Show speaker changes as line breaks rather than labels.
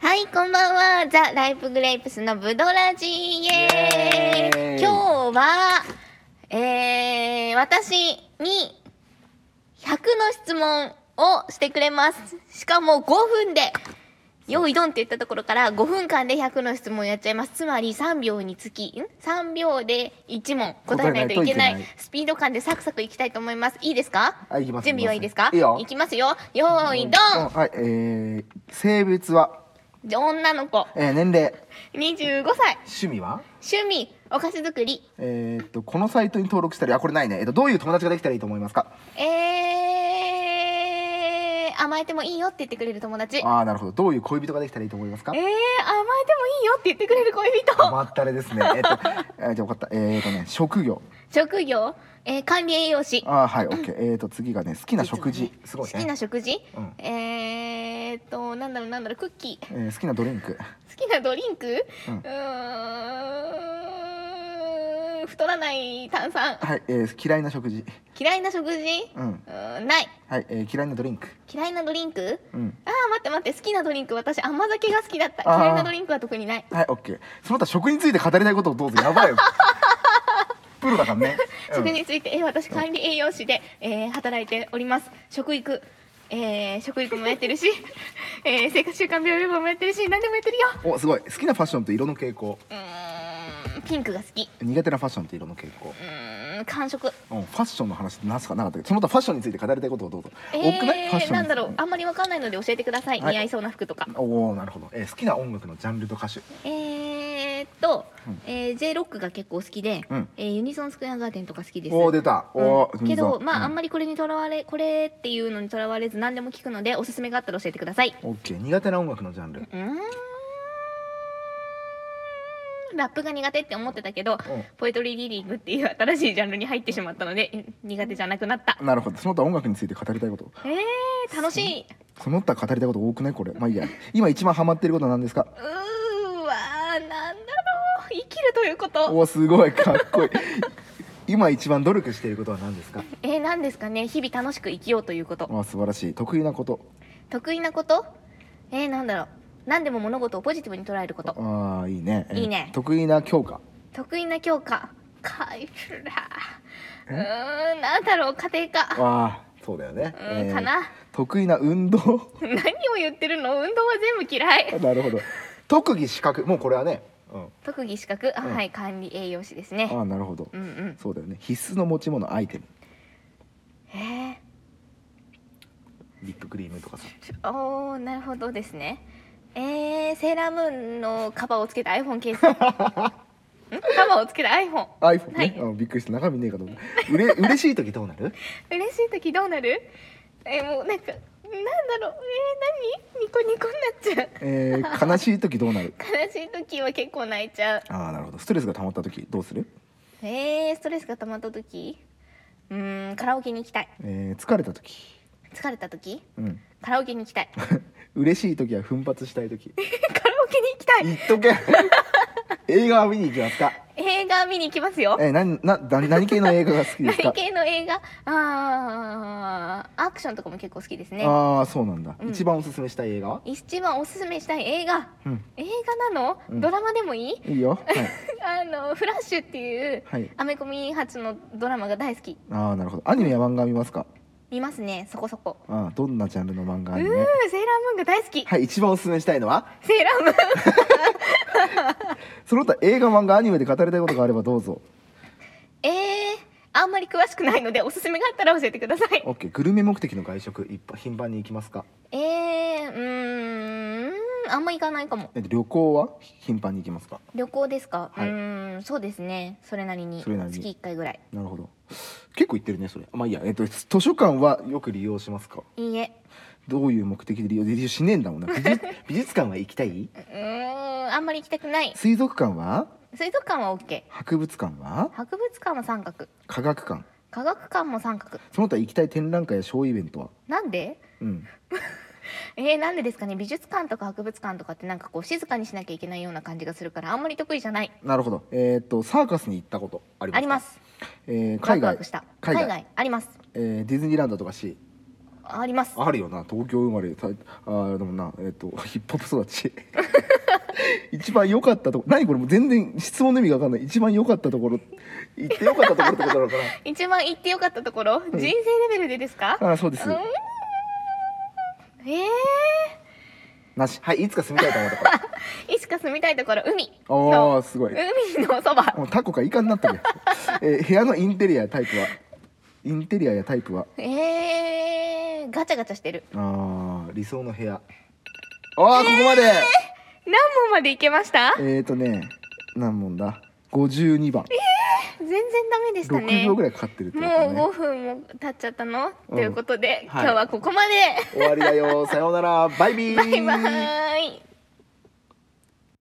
はい、こんばんは。ザ・ライプグレープスのブドラジー。イエーイ
イエーイ
今日は、えー、私に100の質問をしてくれます。しかも5分で、用意ドンって言ったところから5分間で100の質問やっちゃいます。つまり3秒につき、ん ?3 秒で1問答えないといけない
答えないといけない
スピード感でサクサクいきたいと思います。いいですか
はいいきます
準備はいいですか
いいよ
いきますよ。用意ドン
はい、えー、性別は、
女の子、
えー、年齢、
25歳。
趣味は、
趣味お菓子作り
えー、っとこのサイトに登録したり、あこれないね。えっとどういう友達ができたらいいと思いますか。
えー、甘えてもいいよって言ってくれる友達えー、甘
ああなるほど。どういう恋人ができたらいいと思いますか。
えてもいいよって言ってくれる恋人
まった れですね。えっと、えー、じゃあ分かった。えー、っとね職業。
職業、えー、管理栄養士好
あーはいオッケー。えー、っと次がね好きな食事。すごい
き
ね。
な食事、
うん
えーっとなんだろうなんだろうクッキー
えー、好きなドリンク。
好きなドリンクう
うん
ーん太らない炭酸
はい、えー、嫌いな食事。
嫌いな食事
うん。
うーんない
はい、えー、嫌いなドリンク。
嫌いなドリンク
うん。
あー待って待って好きなドリンク私甘酒が好きだった
あー
嫌いなドリンクは特にない
はい、オッケー。その他食について語れないことをどうぞ。やばいよ。プロだからね。うん
食について、えー私管理栄養士で、えー働いております食育、えー食育もやってるし、 えー生活習慣病予防もやってるし何でもやってるよ
おすごい好きなファッションと色の傾向
うーんピンクが好き
苦手なファッションと色の傾向
うーん感触
うん、ファッションの話なすかなかったけどその他ファッションについて語りたいことをどうぞ、
え
多くないファッショ
ー、
ン
なんだろうあんまりわかんないので教えてください、
はい
似合いそうな服とか
おおなるほど、えー好きな音楽のジャンルと歌手
えー、っと、
うん
えー J ロックが結構好きで、
うん
えーユニソンスクエアガーデンとか好きです
おお出たおお、
うんけどまあ、あん
ま
まりこれにとらわれこれっていうのにとらわれず何でも聞くのでおすすめがあったら教えてください
オッケー苦手な音楽のジャンル
うーんラップが苦手って思ってたけど、ポエトリーリーディングっていう新しいジャンルに入ってしまったので苦手じゃなくなった
なるほどその他音楽について語りたいこと
えー、楽しい
その他語りたいこと多くないこれまあいいや今一番ハマってることは何ですか
うーわーなんだろう生きるということ
おおすごいかっこい い今一番努力していることは何ですか
えー、何ですかね日々楽しく生きようということ
わあ素晴らしい得意なこと
得意なことえー、なんだろう何でも物事をポジティブに捉えること
ああいいね、えー
いいね
得意な教科
得意な教科カイプラうーんなんだろう家庭科
ああそうだよね、
うーんかな
得意な運動
何を言ってるの運動は全部嫌い
なるほど特技資格もうこれはね、うん、
特技資格、あ
うん
はい管理栄養士です
あ
ね
あなるほど、
うんうん
そうだよね必須の持ち物アイテム
へ
リップクリームとかさ
えおーなるほどですねえー、セーラームーンのカバーをつけた iPhone ケースんカバーをつけた iPhone
iPhone ね、
はい
あびっくりした中身ねえかと思ったうれ 嬉しい時どうなる
嬉しい時どうなるえー、もうなんかなんだろうえー、何ニコニコになっちゃ
えー、悲しい時どうなる
う悲しい時は結構泣いちゃう
ああなるほどストレスが溜まった時どうする、
えー、ストレスが溜まった時うーんカラオケに行きたい
えー、疲れた時
疲れた時
うん
カラオケに行きたいカラ
嬉しい時は奮発した い時
オケに行きたい
言っとけ 映画は見に行きますか
映画見に行きますよ
えー、何なな何系の映画が好きですか
何系の映画あーアクションとかも結構好きですね
ああそうなんだ、
うん
一番おすすめしたい映画は、
一番おすすめしたい映画
うん、
映画なの、
うん
ドラマでもいい
いいよ、はい、
あのフラッシュっていう、
はい
アメコミ発のドラマが大好き
ああなるほどアニメや漫画見ますか
見ますねそこそこ
ああどんなジャンルの漫
う
画
ー
ア
セー
ニ
ラーム
メ
ーンが大好き、
はい一番おすすめしたいのは
セーラームーン
その他映画漫画アニメで語りたいことがあればどうぞ
えー、あんまり詳しくないのでおすすめがあったら教えてください
OK グルメ目的の外食一般頻繁に行きますか
えー、うーんあんま行かないかも
えっと旅行は頻繁に行きますか
旅行ですか、
はいう
ーんそうですねそれなりに
それなりに
月1回ぐらい
なるほど結構行ってるねそれまあいいやえっと図書館はよく利用しますか
いいえ
どういう目的で利用利用しねえんだもんな美術 美術館は行きたいう
ーんあんまり行きたくない
水族館は
水族館は OK
博物館は
博物館も三角
科学館
科学館も三角
その他行きたい展覧会やショーイベントは
なんで
うん
えー、なんでですかね美術館とか博物館とかってなんかこう静かにしなきゃいけないような感じがするからあんまり得意じゃない
なるほど。えーっとサーカスに行ったことありますか。
あります
えー
ワ
海外
クワクした
海外
あります
えーディズニーランドとかシ
あります
あるよな東京生まれたあでもなえっ、とヒップホップ育ち 一番良かったとこ何これもう全然質問の意味が分かんない一番良かったところ行って良かったところってことなのか
一番言ってよかったところ、
ん
人生レベルでですか、
なあそうです
うーんえ
なしはいいつか住みたいと思った から
ー、いつか住みたいところ海
おーすごい
海のそば
もうタコかイカになったね、えー部屋のインテリアやタイプはインテリアやタイプは
えー、ガチャガチャしてる
あー理想の部屋ああここまで
何問までいけました
えー、とね何問だ52番、
全然ダメでした
6
ね
秒ぐらいかかってるってことだね
もう5分も経っちゃったの、
うん
ということで、今
はい
日はここまで
終わりだよさようならバイビー
バイバーイ